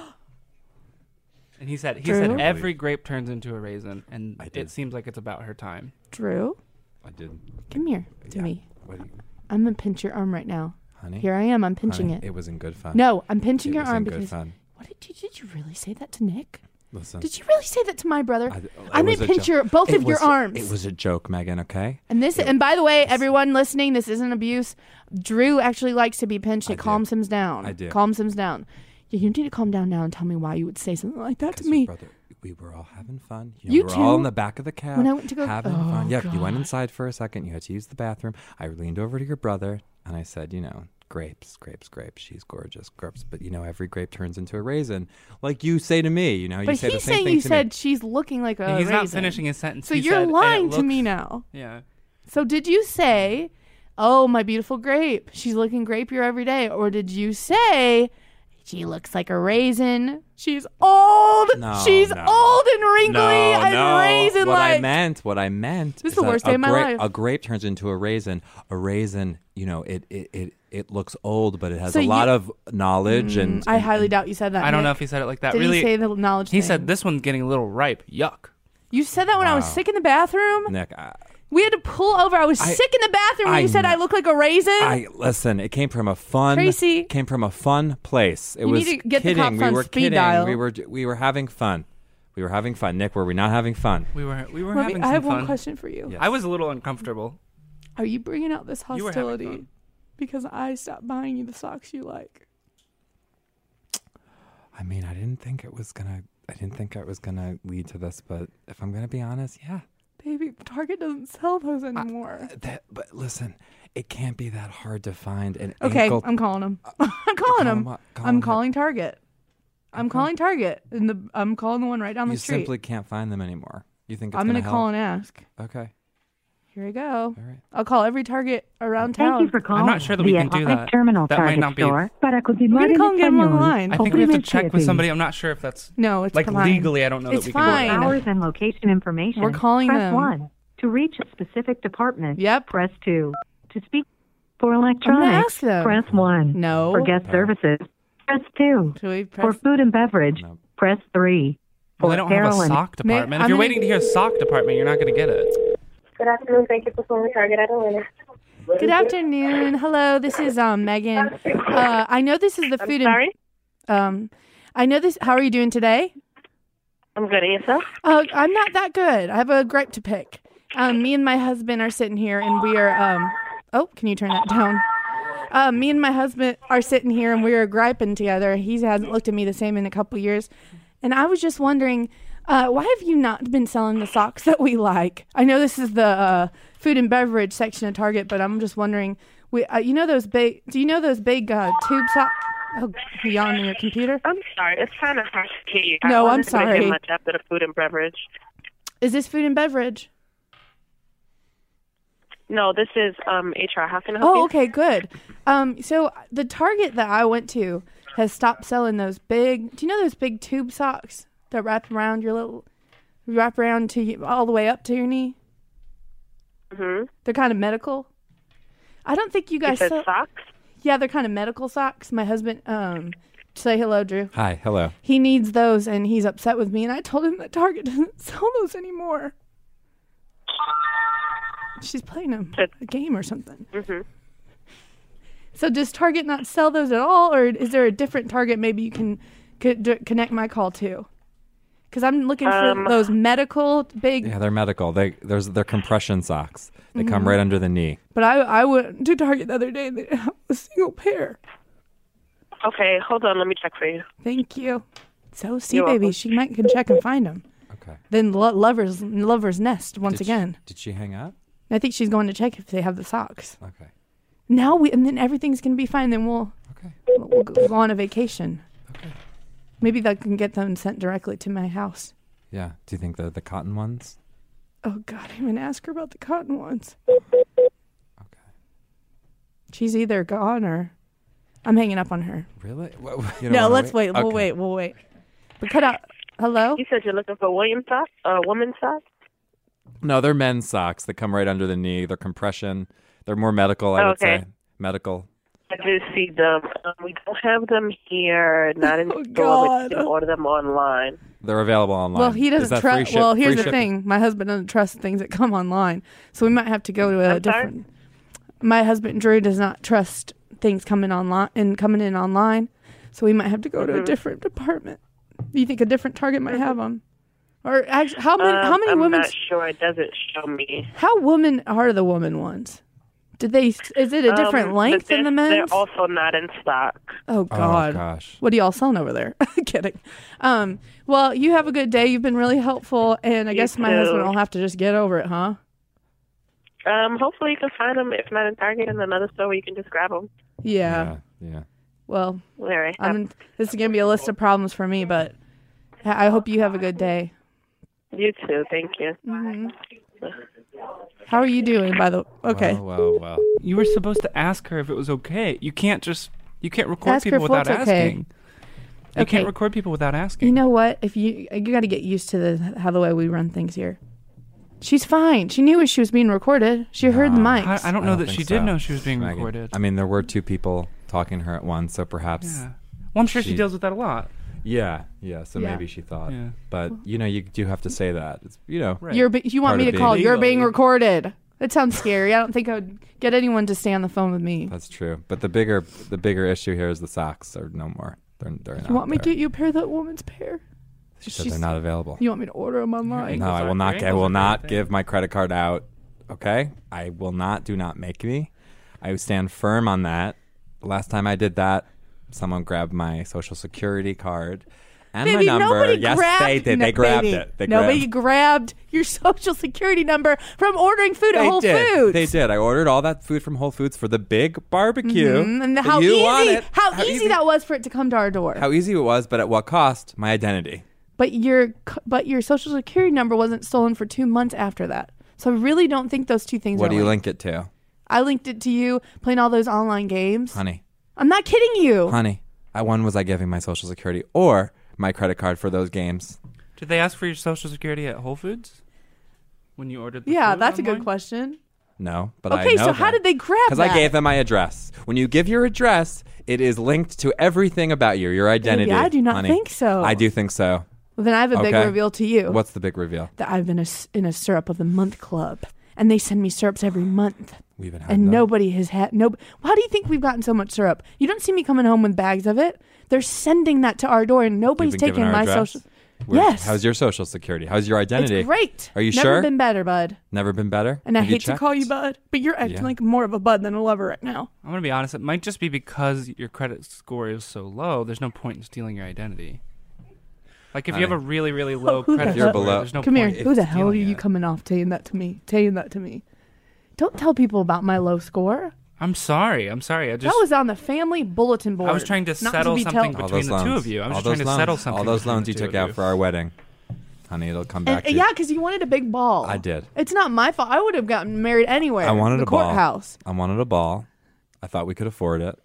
C: and he said, he
A: True.
C: said every grape turns into a raisin, and
D: I
C: it
D: did.
C: seems like it's about her time.
A: Drew,
D: I did.
A: come here to
D: Yeah.
A: me.
D: What do you,
A: I'm gonna pinch your arm right now.
D: honey?
A: Here I am. I'm pinching
D: Honey,
A: it.
D: It was in good fun.
A: No, I'm pinching
D: it
A: your
D: was
A: arm
D: in good
A: because.
D: fun.
A: What did you? Did you really say that to Nick?
D: Listen,
A: Did you really say that to my brother?
D: I- it
A: I'm
D: was
A: gonna
D: a
A: pinch
D: joke.
A: your both
D: It
A: of your
D: was-
A: arms.
D: It was a joke, Megan. Okay.
A: and this,
D: it-
A: and by the way, everyone listening, this isn't abuse. Drew actually likes to be pinched.
D: I
A: It
D: do.
A: calms him down.
D: I do.
A: Calms him down. You you need to calm down now and tell me why you would say something like that to
D: 'Cause
A: me.
D: brother, we were all having fun. You, know,
A: You
D: we were all
A: too?
D: in the back of the cab.
A: When I went to go-
D: having
A: Oh,
D: fun. Yep. You went
A: God.
D: inside for a second. You had to use the bathroom. I leaned over to your brother and I said, you know, grapes, grapes, grapes. She's gorgeous, grapes. But you know, every grape turns into a raisin, like you say to me. You know, you
A: But
D: say the
A: he's
D: same
A: saying
D: thing
A: you
D: to
A: said
D: me.
A: she's looking like a
C: And he's not
A: raisin.
C: finishing his sentence.
A: So
C: He
A: you're
C: said, "And it
A: lying to
C: looks-"
A: me now.
C: Yeah.
A: So did you say, "Oh, my beautiful grape, she's looking grapier every day," or did you say, "She looks like a raisin, she's old,
D: No,
A: she's
D: no.
A: old and wrinkly and raisin
D: What I
A: like"?
D: meant, what I meant.
A: This is
D: is
A: the
D: that
A: worst
D: a
A: day of my
D: gra-
A: life.
D: A grape turns into a raisin. A raisin, you know, it it it, it looks old, but it has
A: So
D: a
A: you-
D: lot of knowledge and.
A: Mm, I highly doubt you said that.
C: I don't know
A: Nick.
C: if he said it like that.
A: Did
C: really,
A: he say the knowledge?
C: he
A: thing?
C: said this one's getting a little ripe. Yuck.
A: You said that when I was
D: Wow.
A: sick in the bathroom.
D: Nick, I,
A: We had to pull over. I was
D: I-
A: sick in the bathroom. when
D: I
A: you said
D: kn-
A: I look like a raisin.
D: I listen. It came from a fun.
A: Tracy.
D: came from a fun place. It
A: You
D: was
A: need to get the
D: kidding.
A: cops on
D: we were
A: speed
D: kidding.
A: dial.
D: We were we were having fun. We were having fun. Nick, were we not having fun?
C: We were we were
A: Let me-
C: having
A: I
C: some
A: have
C: fun.
A: one question for you.
D: Yes.
C: I was a little uncomfortable.
A: Are you bringing out this
C: You were having
A: hostility
C: fun.
A: because I stopped buying you the socks you like?
D: I mean, I didn't think it was gonna. I didn't think it was gonna lead to this, but if I'm gonna be honest, yeah.
A: Baby, Target doesn't sell those anymore.
D: That, but listen, it can't be that hard to find an
A: okay,
D: ankle.
A: I'm calling him. I'm calling him.
D: up, call him
A: I'm
D: up.
A: calling Target. I'm
D: Okay.
A: calling Target, and the I'm calling the one right down
D: You
A: the street.
D: simply can't find them anymore. You think it's
A: I'm
D: gonna,
A: gonna call and ask.
D: help? Okay.
A: Here we go.
C: All right.
A: I'll call every Target around
F: Thank
A: town.
F: you for calling.
C: not sure that we
F: the
C: can do
F: Atlantic
C: that.
F: Terminal
C: That might
F: Target
C: not be-
F: Store, para
A: we
F: continuar
A: can
F: en
A: call and get them
F: español,
A: online.
C: I think we have to
F: oprime
C: check with
F: siete.
C: somebody. I'm not sure if that's
A: no, it's
C: like
A: polite.
C: legally. I don't know
A: It's
C: that we
A: fine.
C: can. do that.
F: Hours and location information.
A: We're calling
F: press
A: them.
F: one. To reach a specific department,
A: Yep.
F: press two. To speak for electronics,
A: ask them.
F: press one.
A: No.
F: For guest services, press two.
A: Should we
F: For
A: press?
F: food and beverage,
D: No.
F: press three.
C: Well,
F: For
C: they don't have a
F: heroin,
C: sock
A: May-
C: department.
A: I'm
C: if you're
A: gonna-
C: waiting to hear sock department, you're not going to get it.
G: Good afternoon. Thank you for calling Target at Atlanta.
A: Good afternoon. Hello, this is um Megan. Uh, I know this is the food.
G: Sorry,
A: And, um, I know this. How are you doing today?
G: I'm good. And yourself?
A: Uh, I'm not that good. I have a gripe to pick. Um, me and my husband are sitting here, and we are. Um, oh, can you turn that down? Uh, me and my husband are sitting here, and we are griping together. He hasn't looked at me the same in a couple years, and I was just wondering, uh, why have you not been selling the socks that we like? I know this is the uh, food and beverage section of Target, but I'm just wondering. We, uh, you know those big? Do you know those big uh, tube socks? Oh, you on your computer?
G: I'm sorry. It's kind of hard to hear you.
A: No,
G: I
A: I'm
G: wasn't gonna
A: sorry.
G: Get much after the food and beverage.
A: Is this food and beverage?
G: No, this is um HR. How can I help
A: Oh,
G: you?
A: okay, good. Um, so the Target that I went to has stopped selling those big. Do you know those big tube socks that wrap around your little, wrap around to you, all the way up to your knee?
G: Mm-hmm.
A: They're kind of medical. I don't think you
G: You
A: guys.
G: said
A: sell-
G: socks.
A: yeah, they're kind of medical socks. My husband, um, say hello, Drew.
D: Hi, hello.
A: He needs those, and he's upset with me. And I told him that Target doesn't sell those anymore. She's playing him a game or something.
G: Mm-hmm.
A: So does Target not sell those at all, or is there a different Target maybe you can co- d- connect my call to? Because I'm looking for
G: Um,
A: those medical big,
D: Yeah, they're medical. They there's they're compression socks. They come
A: Mm-hmm.
D: right under the knee.
A: but I I went to Target the other day and they didn't have a single pair.
G: Okay, hold on. Let me check for you.
A: Thank you. So see,
G: You're
A: baby,
G: welcome.
A: she might can check and find them.
D: Okay.
A: Then lo- lovers lovers nest once
D: Did she-
A: again.
D: did she hang up?
A: And I think she's going to check if they have the socks.
D: Okay.
A: Now we and then everything's gonna be fine. Then we'll
D: Okay.
A: we'll go go on a vacation. Maybe that can get them sent directly to my house.
D: Yeah. Do you think they're the cotton ones?
A: Oh God, I'm gonna ask her about the cotton ones.
D: Okay.
A: She's either gone or I'm hanging up on her.
D: Really? What- what- you don't
A: No,
D: wanna
A: let's wait. We'll
D: Okay.
A: wait. We'll wait. But cut out. Hello.
G: You said you're looking for William socks, uh, woman's socks.
D: No, they're men's socks. They come right under the knee. They're compression. They're more medical, I would
G: Okay.
D: say. Medical.
G: I do see them. Um, we don't have them here. Not in
A: Oh,
G: store. But you
A: God.
G: can order them online.
D: They're available online.
A: Well, he
D: Is
A: doesn't
D: that free
A: trust.
D: ship-
A: Well, here's
D: free
A: the
D: shipping?
A: thing: my husband doesn't trust things that come online, so we might have to go to a
G: I'm sorry?
A: different. My husband Drew does not trust things coming online and coming in online, so we might have to go
G: Mm-hmm.
A: to a different department. Do you think a different target might have them? Or actually, how many? how
G: Um,
A: many
G: Mm-hmm. I'm
A: women?
G: not sure. It doesn't show me.
A: How woman are the woman ones? Did they? Is it a different
G: Um,
A: length
G: but
A: than the
G: they're-
A: men's?
G: They're also not in stock.
A: oh God!
D: gosh.
A: What are y'all selling over there? Kidding. Um, well, you have a good day. You've been really helpful, and I guess my
G: too.
A: husband will have to just get over it, huh?
G: Um, hopefully you can find them. If not in Target, in another store where you can just grab them.
A: Yeah.
D: Yeah. Yeah.
A: Well,
G: All right.
A: I mean, this is gonna be a list of problems for me, but I I hope you have a good day.
G: You too. Thank you.
A: Mm. How are you doing? By the okay,
D: Well, Oh, well, well.
C: You were supposed to ask her if it was okay. You can't just you can't record
A: Ask her
C: people
A: if
C: without
A: what's okay.
C: asking. You
A: Okay.
C: can't record people without asking.
A: you know what? If you you got to get used to the how the way we run things here. She's fine. She knew she was being recorded. She heard the mics.
C: I, I don't know that
D: think
C: she
D: so.
C: did know she was being
D: Megan.
C: recorded.
D: I mean, there were two people talking to her at once, so perhaps.
C: yeah. Well, I'm sure she,
D: She-
C: deals with that a lot.
D: Yeah, yeah. So
A: Yeah.
D: maybe she thought,
C: Yeah.
D: but you know, you do have to say that. It's, you know,
C: Right.
A: You're be- you want
D: Part
A: me
D: of
A: to call?
D: being
A: You're being
C: legally-
A: recorded. That sounds scary. I don't think I would get anyone to stay on the phone with me.
D: that's true. But the bigger, the bigger issue here is the socks are no more. They're, they're not.
A: You want me to
D: there.
A: get you a pair of that woman's pair?
D: She said
A: She's-
D: they're not available.
A: You want me to order them online?
D: No,
C: Ankles
D: I
C: are-
D: will
C: your
D: not. I
C: ankles are
D: will not
C: great.
D: give my credit card out. Okay, I will not. Do not make me. I stand firm on that. The last time I did that, someone grabbed my social security card and
A: Baby,
D: my number.
A: nobody
D: Yes,
A: grabbed.
D: they did.
A: no-
D: they grabbed
A: baby,
D: it. They
A: nobody grabbed
D: grabbed.
A: your social security number from ordering food at
D: They
A: Whole
D: did.
A: Foods.
D: They did. I ordered all that food from Whole Foods for the big barbecue.
A: Mm, and
D: that
A: how
D: you
A: easy,
D: wanted.
A: how, easy, that was for it to come to our door.
D: How easy it was, but at what cost? My identity.
A: but your c- but your social security number wasn't stolen for two months after that. So I really don't think those two things
D: What
A: are
D: do you
A: linked.
D: link it to?
A: I linked it to you playing all those online games.
D: Honey,
A: I'm not kidding you.
D: honey, I one was I giving my social security or my credit card for those games.
C: Did they ask for your social security at Whole Foods when you ordered? The
A: Yeah,
C: food
A: that's a good
C: online?
A: question.
D: No, but I
A: Okay,
D: know
A: so how did they grab
D: Because I
A: that?
D: gave them my address. When you give your address, it is linked to everything about you, your identity.
A: I do not
D: honey.
A: think so.
D: I do think so.
A: Well, then I have a big
D: Okay.
A: reveal to you
D: What's the big reveal?
A: that I've been a s in a syrup of the month club, and they send me syrups every month,
D: We've been
A: and
D: them.
A: nobody has had no. Why do you think we've gotten so much syrup? You don't see me coming home with bags of it. They're sending that to our door, and
D: You've
A: nobody's
D: been given
A: taking
D: our
A: my
D: address?
A: social.
D: We're-
A: Yes.
D: How's your social security? How's your
A: It's
D: identity?
A: great.
D: Are you
A: Never
D: sure?
A: Been better, bud.
D: Never been better.
A: And I
D: Have you
A: hate to call you
D: checked?
A: bud, but you're acting
D: Yeah.
A: like more of a bud than a lover right now.
C: I'm gonna be honest. It might just be because your credit score is so low. There's no point in stealing your identity. Like if you have a
D: Honey.
C: really, really low credit
D: You're
C: score,
D: below-
C: there's no
A: Come here.
C: point in
A: Who the hell are
C: stealing
A: you
C: it.
A: coming off saying that to me? Saying that to me. Don't tell people about my low score.
C: I'm sorry. I'm sorry. I just
A: that was on the family bulletin board.
C: I was trying to
A: not
C: settle
A: be
C: something
A: tell-
D: All
C: between
D: those
C: the
D: loans.
C: two of you. I'm
D: All
C: just
D: those
C: trying to
D: loans.
C: settle something
D: All those
C: between
D: loans
C: the
D: you
C: two
D: took
C: of
D: out
C: you.
D: for our wedding, honey. It'll come back.
A: And,
D: to you.
A: Eh, yeah, because you wanted a big ball.
D: I did.
A: It's not my fault. I would have gotten married anywhere.
D: I wanted
A: the
D: a ball.
A: courthouse.
D: I wanted a ball. I thought we could afford it.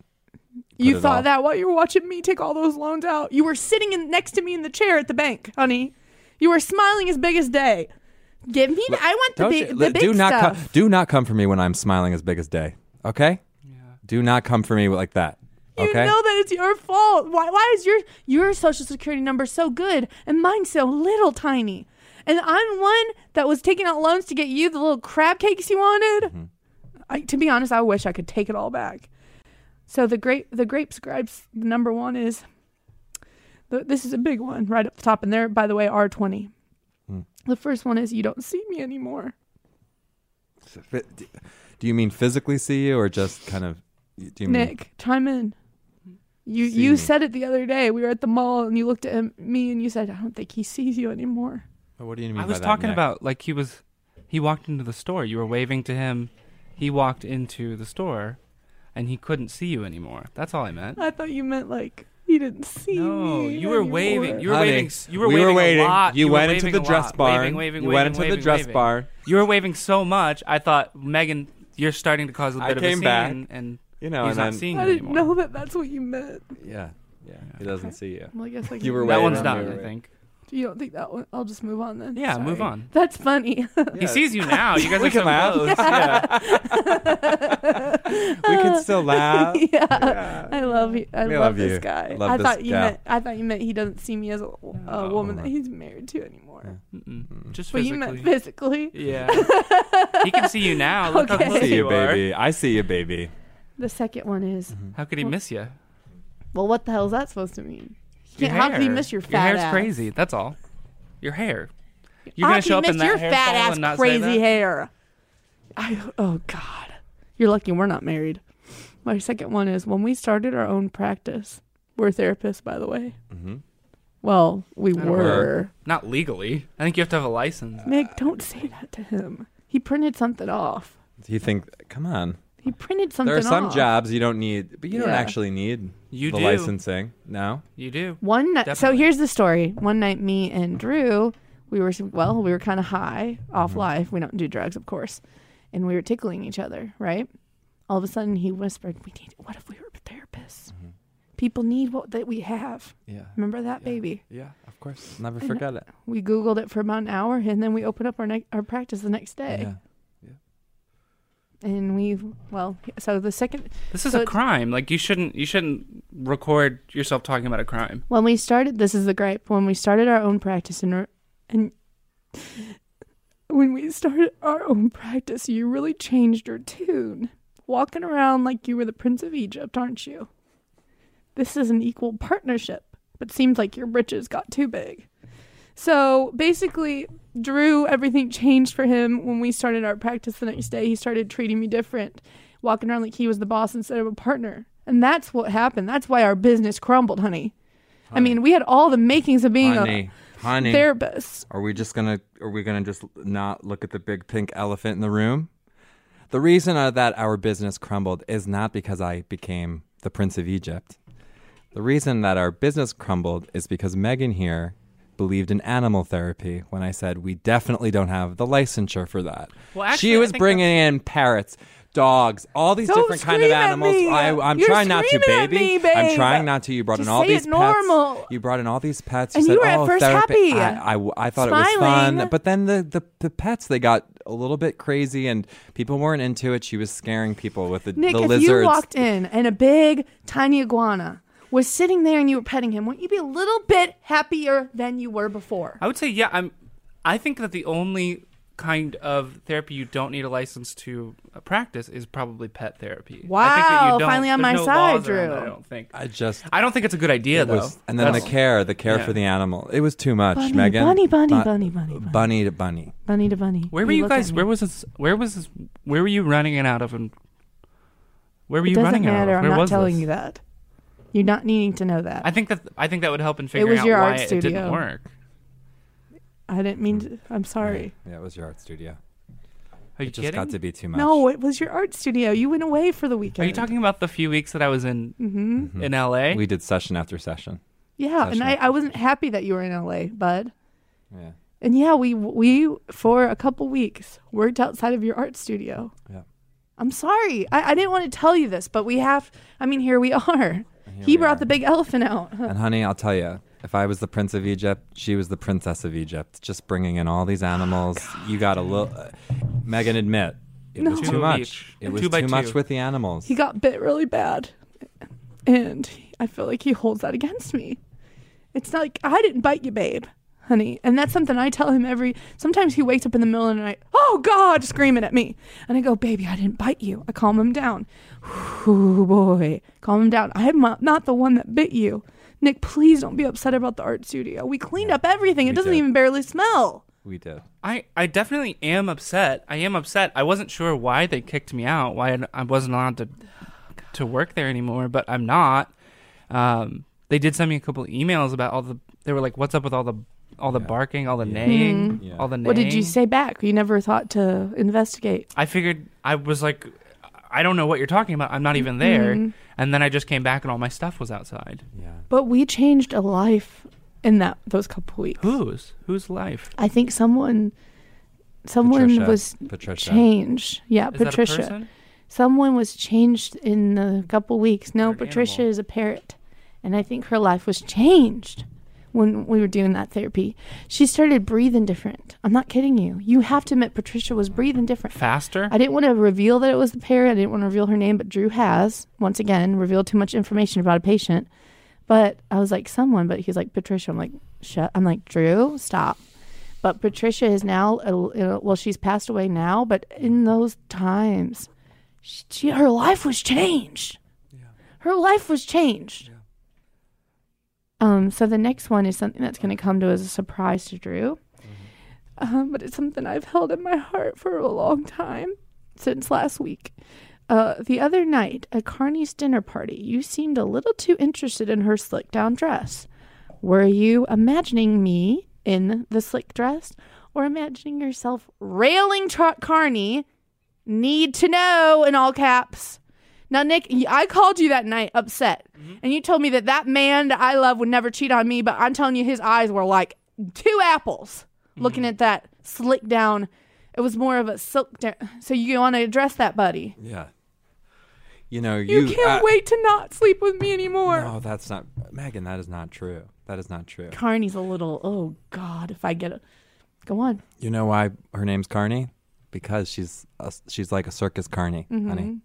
A: You
D: it
A: thought
D: all-
A: that while you were watching me take all those loans out. You were sitting in, next to me in the chair at the bank, honey. You were smiling as big as day. Give me. The, I want the
D: Don't
A: big,
D: you-
A: the big
D: do not
A: stuff.
D: come. Do not come for me when I'm smiling as big as day. Okay. Do not come for me like that.
A: You
D: okay.
A: know that it's your fault. Why, why is your your social security number so good and mine so little tiny? And I'm one that was taking out loans to get you the little crab cakes you wanted. I, to be honest, I wish I could take it all back. So the grape the grape scribes number one is th- this is a big one right up the top, and there by the way are twenty. The first one is you don't see me anymore.
D: do you mean physically see you or just kind of? Do you mean
A: Nick, chime in. You
D: See
A: you
D: me.
A: said it the other day. We were at the mall and you looked at him, me and you said, "I don't think he sees you anymore."
D: What do you mean?
C: I
D: by
C: was
D: that,
C: talking
D: Nick?
C: about like he was he walked into the store. You were waving to him. He walked into the store and he couldn't see you anymore. That's all I meant.
A: I thought you meant like he didn't see
C: No,
A: me.
C: you were waving.
A: anymore.
C: You were
D: Honey,
C: waving. s- You were
D: we
C: waving
D: were waiting.
C: a lot.
D: You,
C: were
D: went into
C: waving
D: the
C: a
D: dress
C: lot.
D: barn.
C: Waving, waving,
D: you
C: waving,
D: went into
C: waving,
D: the dress
C: waving.
D: barn.
C: You were waving so much. I thought Megan, you're starting to cause a bit
D: I
C: of a
D: came
C: scene,
D: back,
C: and
D: You know,
C: he's
D: and
C: not
D: then,
C: seeing
A: I
C: you
A: didn't
C: anymore.
A: know that that's what you meant.
D: Yeah, yeah. He doesn't see you.
A: Well, I guess I
D: You were
C: That
A: can-
D: waving.
C: one's
D: Wait,
C: done.
D: wait,
C: I
D: wait.
C: think.
A: You don't think that one? I'll just move on then.
C: Yeah,
A: Sorry.
C: move on.
A: That's funny.
C: He sees you now. You guys
D: We
C: are so
D: can laugh.
C: close.
D: we can still laugh.
A: yeah. I love you. I
D: We
A: love,
D: love
A: this
D: you.
A: guy.
D: Love
A: I
D: this
A: thought you
D: gal.
A: meant. I thought you meant he doesn't see me as a, a woman that
D: No.
A: he's married to anymore.
C: Mm-mm. Just
A: But you
C: physically.
A: meant physically.
C: yeah. he can see you now. Look
A: Okay.
C: how
D: I
C: close
D: see you,
C: you are.
D: baby. I see you, baby.
A: The second one is,
D: Mm-hmm.
C: How could he miss you?
A: well, what the hell is that supposed to mean?
C: Your
A: Can't- how could he
C: hair.
A: miss your
C: Your
A: fat
C: hair's
A: ass?
C: crazy. That's all. Your hair. You're
A: How
C: gonna
A: could
C: show
A: he
C: up in
A: miss
C: that
A: your
C: hairstyle
A: fat ass
C: and not say
A: crazy
C: that?
A: hair? I oh god, you're lucky we're not married. My second one is when we started our own practice. We're therapists, by the way.
D: Mhm.
A: Well, we
C: don't
A: were.
C: Not legally. I think you have to have a license.
A: Meg, don't say that to him. He printed something off.
D: Do you think? Come on.
A: He printed something.
D: There are some
A: off.
D: jobs you don't need, but you don't
A: Yeah.
D: actually need
C: You
D: the
C: do.
D: licensing. No.
C: You do.
A: One night. So
C: Definitely.
A: here's the story. One night, me and Drew, we were well, we were kind of high off
D: Mm-hmm.
A: life. We don't do drugs, of course, and we were tickling each other. Right. All of a sudden, he whispered, "We need. What if we were therapists? People need what that we have.
D: Mm-hmm. Yeah.
A: Remember that, baby.
D: Yeah. Of course. Never forget it.
A: We Googled it for about an hour, and then we opened up our ne- our practice the next day.
D: Yeah.
A: And we, well, so the second
C: This is
A: So
C: a
A: it's-
C: crime. Like you shouldn't you shouldn't record yourself talking about a crime.
A: when we started this is the gripe when we started our own practice and and when we started our own practice you really changed your tune walking around like you were the prince of egypt aren't you this is an equal partnership but seems like your britches got too big so basically drew everything changed for him when we started our practice the next day he started treating me different walking around like he was the boss instead of a partner and that's what happened that's why our business crumbled honey I mean, we had all the makings of being
D: Honey,
A: a
D: honey.
A: therapist.
D: Are we just gonna? Are we gonna just not look at the big pink elephant in the room? The reason uh, that our business crumbled is not because I became the Prince of Egypt. The reason that our business crumbled is because Megan here believed in animal therapy when I said we definitely don't have the licensure for that.
C: Well, actually,
D: she
C: I
D: was
C: think
D: bringing in parrots, dogs, all these
A: Don't
D: different kind of
A: scream at
D: animals.
A: me.
D: I, I'm
A: You're
D: trying not to,
A: screaming at
D: baby.
A: me,
D: I'm
A: babe.
D: trying not to. You brought in
A: Just
D: all
A: say
D: these
A: it normal.
D: pets. You brought in all these pets.
A: And
D: said,
A: you were at
D: "Oh,
A: first
D: therapy."
A: happy.
D: I, I, I thought it was
A: Smiling.
D: fun, but then the, the the pets they got a little bit crazy and people weren't into it. She was scaring people with the,
A: Nick,
D: the
A: if
D: lizards.
A: you walked in and a big, tiny iguana was sitting there and you were petting him, wouldn't you be a little bit happier than you were before?
C: I would say yeah. I'm. I think that the only kind of therapy you don't need a license to uh, practice is probably pet therapy. I think that
A: Wow,
C: you don't,
A: finally on
C: there's
A: my
C: no
A: side,
C: laws around
A: Drew.
C: that, I don't think.
D: I just
C: I don't think it's a good idea
D: It
C: though.
D: was- and then
C: That's-
D: the care, the care
C: yeah.
D: for the animal. It was too much,
A: Bunny,
D: Megan.
A: bunny, bunny,
D: Bu-
A: bunny, bunny, bunny.
D: bunny to bunny.
A: Bunny to bunny.
C: Where were you
A: look at
C: guys?
A: me.
C: Where was this? Where was this? Where were you running it out of? And where were
A: It
C: you
A: doesn't
C: running
A: matter.
C: out of?
A: I'm
C: Where
A: not
C: was
A: telling
C: this?
A: you that. You're not needing to know that.
C: I think that I think that would help in figuring
A: was
C: out
A: your
C: why
A: art
C: it
A: studio.
C: didn't work.
A: I, didn't mean to. I'm sorry.
D: Yeah, it was your art studio.
C: Are you
D: It just
C: kidding?
D: got to be too much.
A: No, it was your art studio. You went away for the
C: Are
A: weekend.
C: you talking about the few weeks that I was in
A: Mm-hmm.
C: in LA?
D: we did session after session.
A: Yeah,
D: That's
A: and I,
D: right.
A: I wasn't happy that you were in LA, bud.
D: Yeah,
A: And yeah, we we for a couple weeks worked outside of your art studio.
D: Yeah.
A: I'm sorry. I, I didn't want to tell you this, but we have I mean, here we are.
D: here
A: he
D: we
A: brought
D: are.
A: the big elephant out.
D: and honey, I'll tell you, if I was the prince of Egypt, she was the princess of Egypt. Just bringing in all
A: Oh,
D: these animals, you got a little. Uh, Megan, admit it was
A: No.
D: too
C: Two of
D: much.
C: each.
D: It
C: And
D: was
C: two by
D: too much
C: two.
D: with the animals.
A: He got bit really bad. And I feel like he holds that against me. It's not like I didn't bite you, babe, honey. And that's something I tell him every sometimes he wakes up in the middle of the night, oh God, screaming at me. And I go, baby, I didn't bite you. I calm him down. Ooh boy. Calm him down. I'm not not the one that bit you. Nick, please don't be upset about the art studio. We cleaned up everything. It
D: We
A: doesn't
D: did.
A: even barely smell.
D: we did.
C: I, I definitely am upset. I am upset. I wasn't sure why they kicked me out. Why I- I wasn't allowed to to work there anymore. But I'm not. Um, they did send me a couple emails about all the. They were like, "What's up with all the all the barking, all the neighing,
D: Yeah.
C: all the neighing?"
A: Mm-hmm. What did you say back? You never thought to investigate.
C: I figured I was like, I don't know what you're talking about. I'm not even there.
A: Mm-hmm.
C: And then I just came back and all my stuff was outside.
D: Yeah,
A: But we changed a life in that those couple weeks.
C: Whose? Whose life?
A: I think someone someone
D: Patricia.
A: was
D: Patricia.
A: changed. Yeah,
C: Is That a
A: Patricia.
C: person?
A: Someone was changed in the couple weeks. No,
C: Or an
A: Patricia
C: animal.
A: is a parrot. And I think her life was changed when we were doing that therapy. She started breathing different. I'm not kidding you. You have to admit Patricia was breathing different.
C: Faster.
A: I didn't want to reveal that it was the parrot. I didn't want to reveal her name, but Drew has once again revealed too much information about a patient. But I was like, someone. But he's like, Patricia. I'm like, shut. I'm like, Drew, stop. But Patricia is now, uh, you know, well, she's passed away now. But in those times, she, she her life was changed. Her life was changed. Um. So the next one is something that's going to come to as a surprise to Drew. Um, but it's something I've held in my heart for a long time since last week. Uh, the other night at Carney's dinner party, you seemed a little too interested in her slick down dress. Were you imagining me in the slick dress or imagining yourself railing Tr- Carney? Need to know in all caps. Now, Nick, y- I called you that night upset, and you told me that that man that I love would never cheat on me, but I'm telling you, his eyes were like two apples looking at that slick down. It was more of a silk down. So you want to address that, buddy?
D: yeah. You know, you,
A: You, can't
D: uh,
A: wait to not sleep with me anymore.
D: No, that's not Megan. That is not true. That is not true.
A: Carney's a little. Oh God, if I get a, go on.
D: You know why her name's Carney? Because she's a, she's like a circus carney, honey.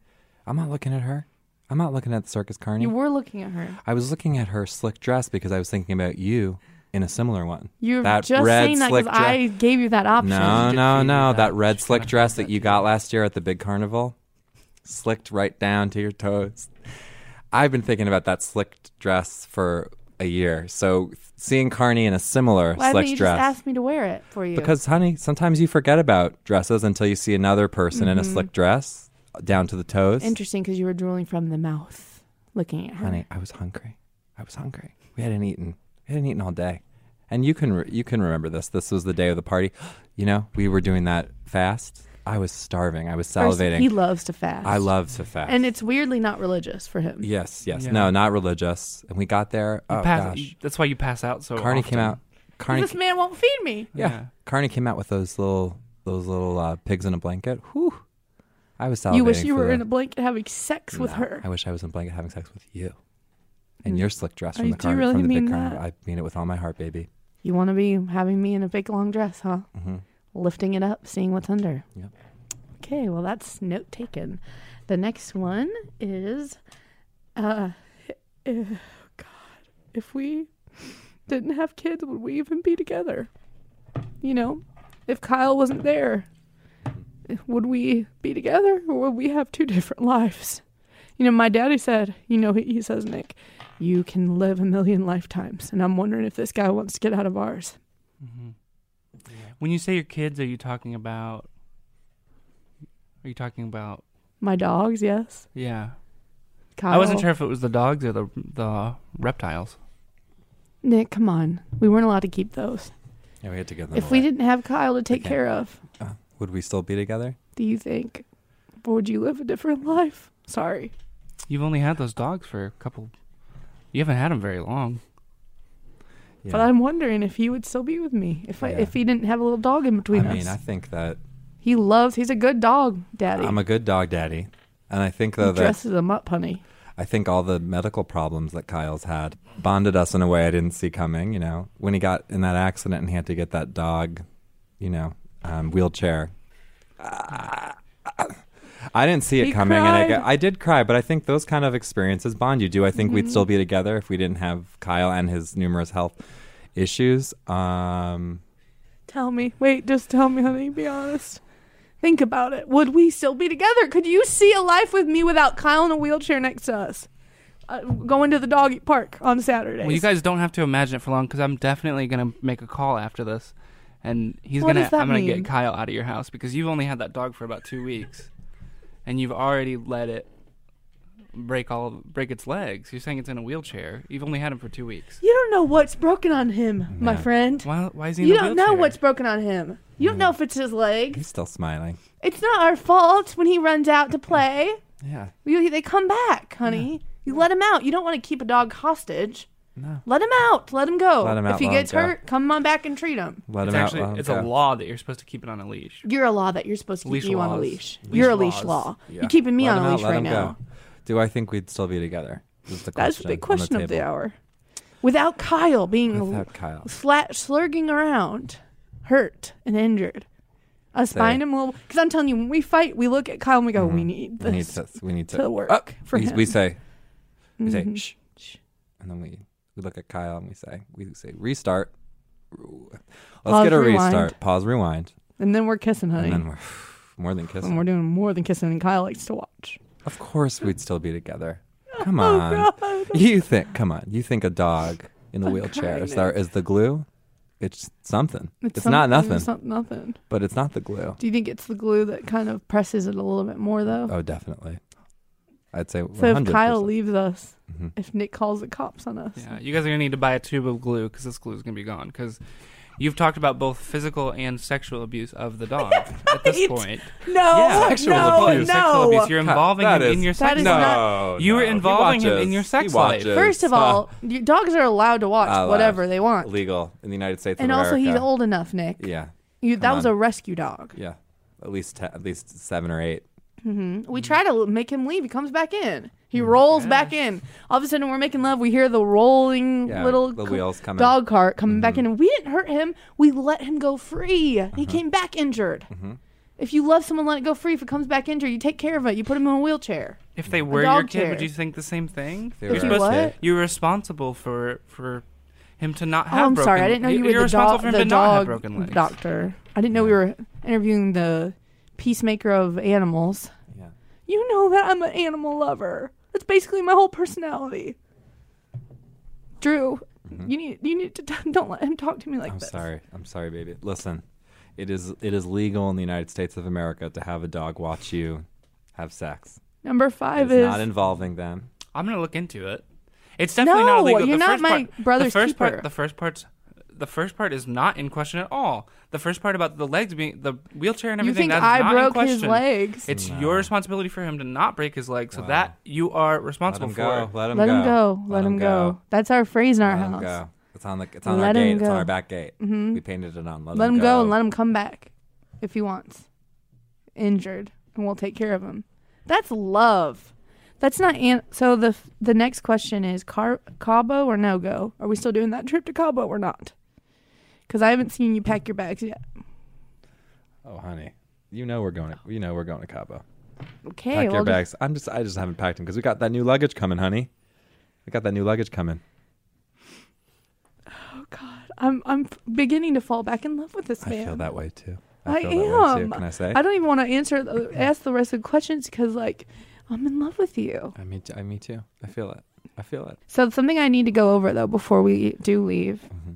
D: I'm not looking at her. I'm not looking at the circus carney.
A: Mm-hmm. You were looking at her.
D: I was looking at her slick dress because I was thinking about you in a similar one.
A: You're
D: that
A: just
D: red
A: saying that
D: slick
A: because
D: dress.
A: I gave you that option.
D: No, no,
C: figure
D: no.
C: that.
D: That red
C: She's
D: slick
C: gonna
D: dress
C: have
D: that
C: that
D: you got last year at the big carnival, slicked right down to your toes. I've been thinking about that slicked dress for a year. So seeing Carney in a similar
A: Why
D: slick
A: didn't you
D: dress.
A: just ask me to wear it for you?
D: Because, honey, sometimes you forget about dresses until you see another person in a
A: Mm-hmm.
D: slick dress down to the toes.
A: interesting, because you were drooling from the mouth, looking at her.
D: Honey, I was hungry. I was hungry. We hadn't eaten. We hadn't eaten all day. And you can re- you can remember this. This was the day of the party. You know, we were doing that fast. I was starving. I was
A: First,
D: salivating.
A: he loves to fast.
D: I love to fast.
A: and it's weirdly not religious for him.
D: yes, yes.
C: Yeah.
D: No, not religious. And we got there. Oh
C: Pass-
D: gosh.
C: That's why you pass out so.
D: Carney
C: often.
D: came out Carney,
A: this man won't feed me.
D: yeah.
C: Yeah.
D: Carney came out with those little those little uh, pigs in a blanket. Whew. I was salivating.
A: you wish you
D: for
A: were
D: the-
A: in a blanket having sex with
D: No,
A: her.
D: I wish I was in a blanket having sex with you. And your slick dress
A: Oh,
D: from
A: you
D: the
A: do
D: car,
A: really
D: from the
A: mean
D: big car.
A: that?
D: I mean it with all my heart, baby.
A: You want to be having me in a big long dress, huh? Lifting it up, seeing what's under.
D: Yep.
A: Okay, well that's note taken. The next one is, uh, eh, God, if we didn't have kids, would we even be together? You know, if Kyle wasn't there, would we be together, or would we have two different lives? You know, my daddy said, you know, he, he says, Nick, you can live a million lifetimes. And I'm wondering if this guy wants to get out of ours.
C: Mm-hmm. When you say your kids, are you talking about? Are you talking about?
A: My dogs, yes.
C: Yeah,
A: Kyle.
C: I wasn't sure if it was the dogs or the the reptiles.
A: Nick, come on. We weren't allowed to keep those.
D: Yeah, we had to give them
A: if we
D: away.
A: didn't have Kyle to take
D: Okay.
A: care of,
D: Uh, Would we still be together?
A: do you think? Or would you live a different life? Sorry.
C: You've only had those dogs for a couple. You haven't had them very long.
D: Yeah.
A: But I'm wondering if he would still be with me if I,
D: Yeah.
A: if he didn't have a little dog in
D: I
A: between us.
D: mean, I think that
A: he loves, he's a good dog, Daddy.
D: I'm a good dog daddy. And I think
A: he
D: though that
A: dresses him up, honey.
D: I think all the medical problems that Kyle's had bonded us in a way I didn't see coming. You know, when he got in that accident and he had to get that dog, you know, um, wheelchair. Ah, I didn't see it
A: He
D: coming, and I,
A: cried.
D: got- I did cry. But I think those kind of experiences bond you. Do I think
A: Mm-hmm.
D: we'd still be together if we didn't have Kyle and his numerous health issues? Um,
A: Tell me. Wait, just tell me, honey. Be honest. Think about it. Would we still be together? Could you see a life with me without Kyle in a wheelchair next to us? Uh, going to the doggy park on Saturdays.
C: Well, you guys don't have to imagine it for long because I'm definitely gonna make a call after this, and he's
A: What
C: gonna.
A: does that
C: I'm gonna
A: mean?
C: get Kyle out of your house because you've only had that dog for about two weeks, and you've already let it break all break its legs. You're saying it's in a wheelchair. You've only had him for two weeks.
A: You don't know what's broken on him, my friend.
C: Why? Why is he? In
A: You
C: a
A: don't know
C: wheelchair?
A: what's broken on him. You don't know if it's his leg.
D: he's still smiling.
A: It's not our fault when he runs out to play.
D: Yeah,
A: You, they come back, honey. You let him out. You don't want to keep a dog hostage.
D: No.
A: Let him out. Let him go.
D: Let him
A: if
D: out,
A: he
D: let him
A: gets
D: go.
A: hurt, come on back and treat him.
D: let
C: It's
D: him
C: actually
D: out. let him
C: it's a
D: go.
C: law that you're supposed to keep it on a leash.
A: You're a law that you're supposed to keep
C: Leash
A: you on a
C: laws.
A: leash.
C: Leash
A: you're a leash
C: laws.
A: law.
D: Yeah.
A: You're keeping me on
D: Let him
A: a
D: out,
A: leash
D: let
A: right
D: him go.
A: now.
D: Do I think we'd still be together? Is the
A: That's
D: question
A: the big
D: on
A: question of the
D: table.
A: hour. Without Kyle being
D: Without Kyle.
A: slat slurging around, hurt and injured, us
D: Say- Mm-hmm.
A: buying him will because I'm telling you, when we fight, we look at Kyle and we go, "We need
D: We need
A: this."
D: to. We need to,
A: to work
D: Up!
A: for
D: we,
A: him.
D: we say. We say
A: Mhm.
D: shh, shh, and then we we look at Kyle and we say we say restart. Let's
A: Pause,
D: get a
A: rewind.
D: restart. Pause, rewind,
A: and then we're kissing, honey,
D: and then
A: and,
D: we're more than kissing.
A: we're doing more than kissing, and Kyle likes to watch.
D: Of course, we'd still be together. Come
A: Oh,
D: on, you think? Come on, you think a dog in a wheelchair is there is the glue? It's something. It's, not nothing,
A: It's not nothing.
D: but it's not the glue.
A: Do you think it's the glue that kind of presses it a little bit more, though?
D: Oh, definitely. I'd say
A: so if
D: 100%.
A: Kyle leaves us,
D: Mhm.
A: if Nick calls the cops on us,
C: Yeah, you guys are gonna need to buy a tube of glue because this glue is gonna be gone. Because you've talked about both physical and sexual abuse of the dog at this
A: right.
C: point.
A: no,
D: Yeah, sexual
A: no,
D: abuse,
A: no.
C: sexual abuse. You're
D: Kyle,
C: involving
D: that
C: him in
D: is-
C: your
A: that
C: sex.
A: is
D: no,
A: not-
C: You were
D: no. He
C: involving him
D: watches-
C: in your sex
D: he watches.
C: life.
A: First of
D: Uh,
A: all, your dogs are allowed to watch
D: Uh,
A: whatever
D: allowed.
A: they want,
D: legal in the United States. of
A: and also he's
D: America.
A: old enough, Nick.
D: Yeah,
A: You, that
D: Come
A: was
D: on.
A: a rescue dog.
D: yeah. At least te- at least seven or eight. Mm,
A: We try to make him leave. He comes back in. He rolls back in. All of a sudden, we're making love. We hear the rolling
D: Yeah,
A: little
D: the
A: c-
D: wheels coming. Mm-hmm.
A: dog cart coming back in. And we didn't hurt him. We let him go free.
D: Uh-huh.
A: He came back injured.
D: Mm-hmm.
A: If you love someone, let it go free. If it comes back injured, you take care of it. You put him in a wheelchair.
C: if they were your
A: dog
C: kid,
A: chair.
C: would you think the same thing?
D: They
C: You're
D: were
A: you
C: supposed-
A: what?
C: You're responsible for for him to not
A: Oh,
C: have.
A: I'm
C: broken,
A: sorry. I didn't know you
C: you're
A: were the,
C: responsible
A: dog-
C: for him
A: the
C: to not have
A: dog
C: broken legs.
A: doctor. I didn't know we were interviewing the peacemaker of animals.
D: Yeah.
A: You know that I'm an animal lover. That's basically my whole personality. Drew, you need you need to t- don't let him talk to me like
D: Mm-hmm. I'm
A: this.
D: sorry. I'm sorry, baby. Listen, it is it is legal in the United States of America to have a dog watch you have sex.
A: Number
D: It
A: five
D: is
A: is
D: not involving them.
C: I'm gonna look into it. It's definitely not
A: No,
C: illegal.
A: you're
C: the
A: not
C: first
A: my
C: part,
A: brother's
C: the first
A: keeper.
C: Part, the first part's the first part is not in question at all. The first part about the legs being the wheelchair and
A: you
C: everything
A: think
C: that's
A: I
C: not in
A: broke
C: question.
A: his legs.
C: It's your responsibility for him to not break his leg, so that you are
D: Let
C: responsible
D: him
C: for.
D: go. Let him
A: Let
D: go.
A: him go. Let, him go. That's our phrase in our
D: Let him
A: house.
D: go. It's on the. It's on
A: Let
D: our
A: 'em
D: gate. It's
A: go. Mm-hmm.
D: on our back gate. We painted it on. Let,
A: Let
D: him,
A: him go and let him come back if he wants. Injured, and we'll take care of him. That's love. That's not an- so. the The next question is Car- Cabo or no go? Are we still doing that trip to Cabo or not? Because I haven't seen you pack your bags yet.
D: Oh, honey, you know we're going. To, you know we're going to Cabo.
A: Okay,
D: Pack your
A: well, just-
D: bags. I'm just. I just haven't packed them because we got that new luggage coming, honey. We got that new luggage coming.
A: I'm I'm f- beginning to fall back in love with this man.
D: I feel that way too.
A: I
D: feel That way too.
A: am.
D: Can I say?
A: I don't even want to answer the- ask the rest of the questions because like I'm in love with you.
D: I me too. I me too. I feel it. I feel it.
A: So something I need to go over though before we do leave.
D: Mm-hmm.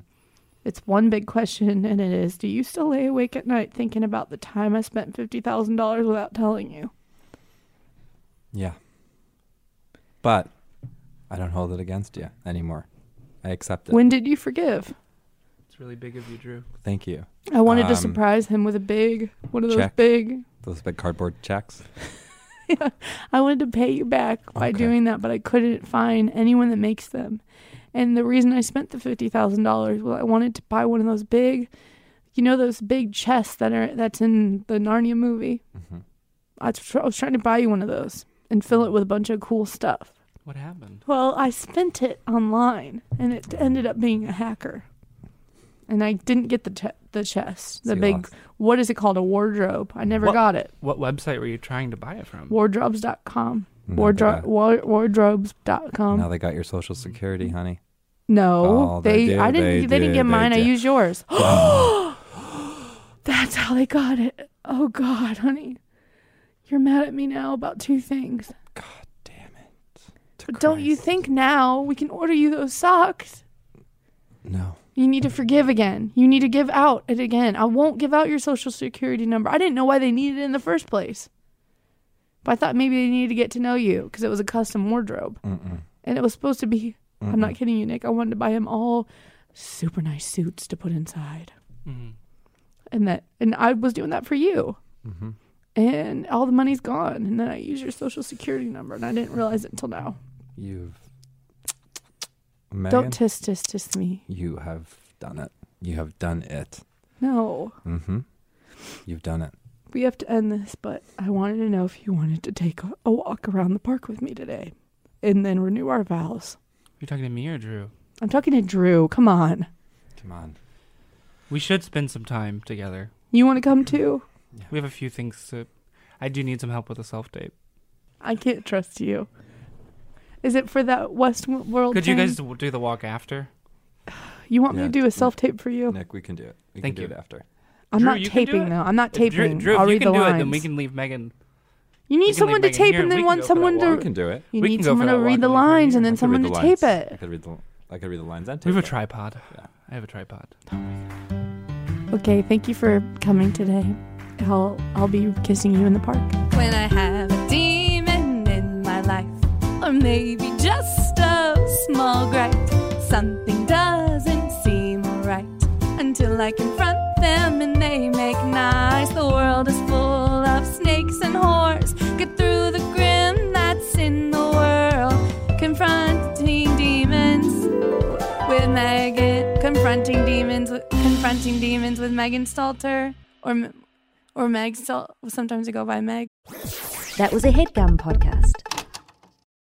A: It's one big question, and it is: Do you still lay awake at night thinking about the time I spent fifty thousand dollars without telling you?
D: Yeah. But I don't hold it against you anymore. I accept it.
A: When did you forgive?
C: It's really big of you, Drew.
D: Thank you.
A: I wanted
D: Um,
A: to surprise him with a big one of those
D: check.
A: big.
D: Those big cardboard checks.
A: I wanted to pay you back by
D: Okay.
A: doing that, but I couldn't find anyone that makes them. And the reason I spent the fifty thousand dollars, well, I wanted to buy one of those big, you know, those big chests that are that's in the Narnia movie.
D: Mhm.
A: I, was tr- I was trying to buy you one of those and fill it with a bunch of cool stuff.
C: What happened?
A: Well, I spent it online, and it ended up being a hacker. And I didn't get the che- the chest, the
D: So you
A: big
D: lost.
A: what is it called, a wardrobe? I never
C: What-
A: got it
C: What website were you trying to buy it from?
A: wardrobes.com.
D: No,
A: Wardro-
D: but, uh,
A: war- wardrobes.com.
D: Now they got your social security, honey.
A: no,
D: Oh,
A: they,
D: they do,
A: I didn't
D: they
A: they, didn't
D: do,
A: get
D: they
A: mine. I
D: do.
A: used yours. That's how they got it. Oh god, honey. You're mad at me now about two things.
D: God damn it. To
A: But don't you
D: Christ.
A: think now we can order you those socks?
D: No.
A: You need to forgive again. You need to give out it again. I won't give out your social security number. I didn't know why they needed it in the first place. But I thought maybe they needed to get to know you because it was a custom wardrobe.
D: Mm-mm.
A: and it was supposed to be i'm not kidding you nick i wanted to buy him all super nice suits to put inside
C: Mhm.
A: and that and i was doing that for you
D: Mm-hmm.
A: and all the money's gone and then i used your social security number and i didn't realize it until now
D: You've. Megan,
A: don't tiss tiss tiss me
D: you have done it. You have done it.
A: no
D: Mm-hmm. You've done it.
A: we have to end this but i wanted to know if you wanted to take a, a walk around the park with me today and then renew our vows
C: You're talking to me or Drew?
A: i'm talking to drew come on
D: Come on.
C: We should spend some time together.
A: you want to come too
C: We have a few things to. I do need some help with a self tape.
A: i can't trust you is it for that west world
C: Could you guys w- do the walk after?
A: You want me
D: Yeah,
A: to do a
D: Nick.
A: self tape for you?
D: Nick, we can do it. We
C: Thank
D: can
C: you.
D: do it after.
A: I'm
C: Drew,
A: not
C: you can do
A: taping
C: it.
A: though. I'm not
C: If Drew,
A: taping.
C: Drew, if
A: I'll
C: you
A: read
C: can
A: the
C: do
A: lines.
C: it, then we can leave Megan.
A: you
C: we
A: need
C: can
A: someone to
C: leave Megan
A: tape,
C: here.
A: and
C: We
A: then
C: can
A: want
C: go for that
A: someone
C: walk.
D: We
A: to
D: can do it.
A: you
C: We
A: need
C: can go for
A: someone
C: that
A: to
C: walk
A: read the
C: and leave her
A: lines,
C: here.
A: and
D: I
A: then
D: could
A: someone
D: read
A: to
D: the
A: tape
D: lines. I
A: it.
D: could read the. I could read the lines and tape
C: We have a
D: it.
C: tripod. I have a tripod.
A: Okay, thank you for coming today. I'll I'll be kissing you in the park.
H: when I have a demon in my life, or maybe just a small gripe. Something doesn't seem alright until I confront them and they make nice. The world is full of snakes and whores. Get through the grim that's in the world. Confronting demons with Megan. Confronting demons. with- Confronting demons with Megan Stalter or. M- Or Meg, Stal- sometimes I go by Meg.
I: That was a headgum podcast.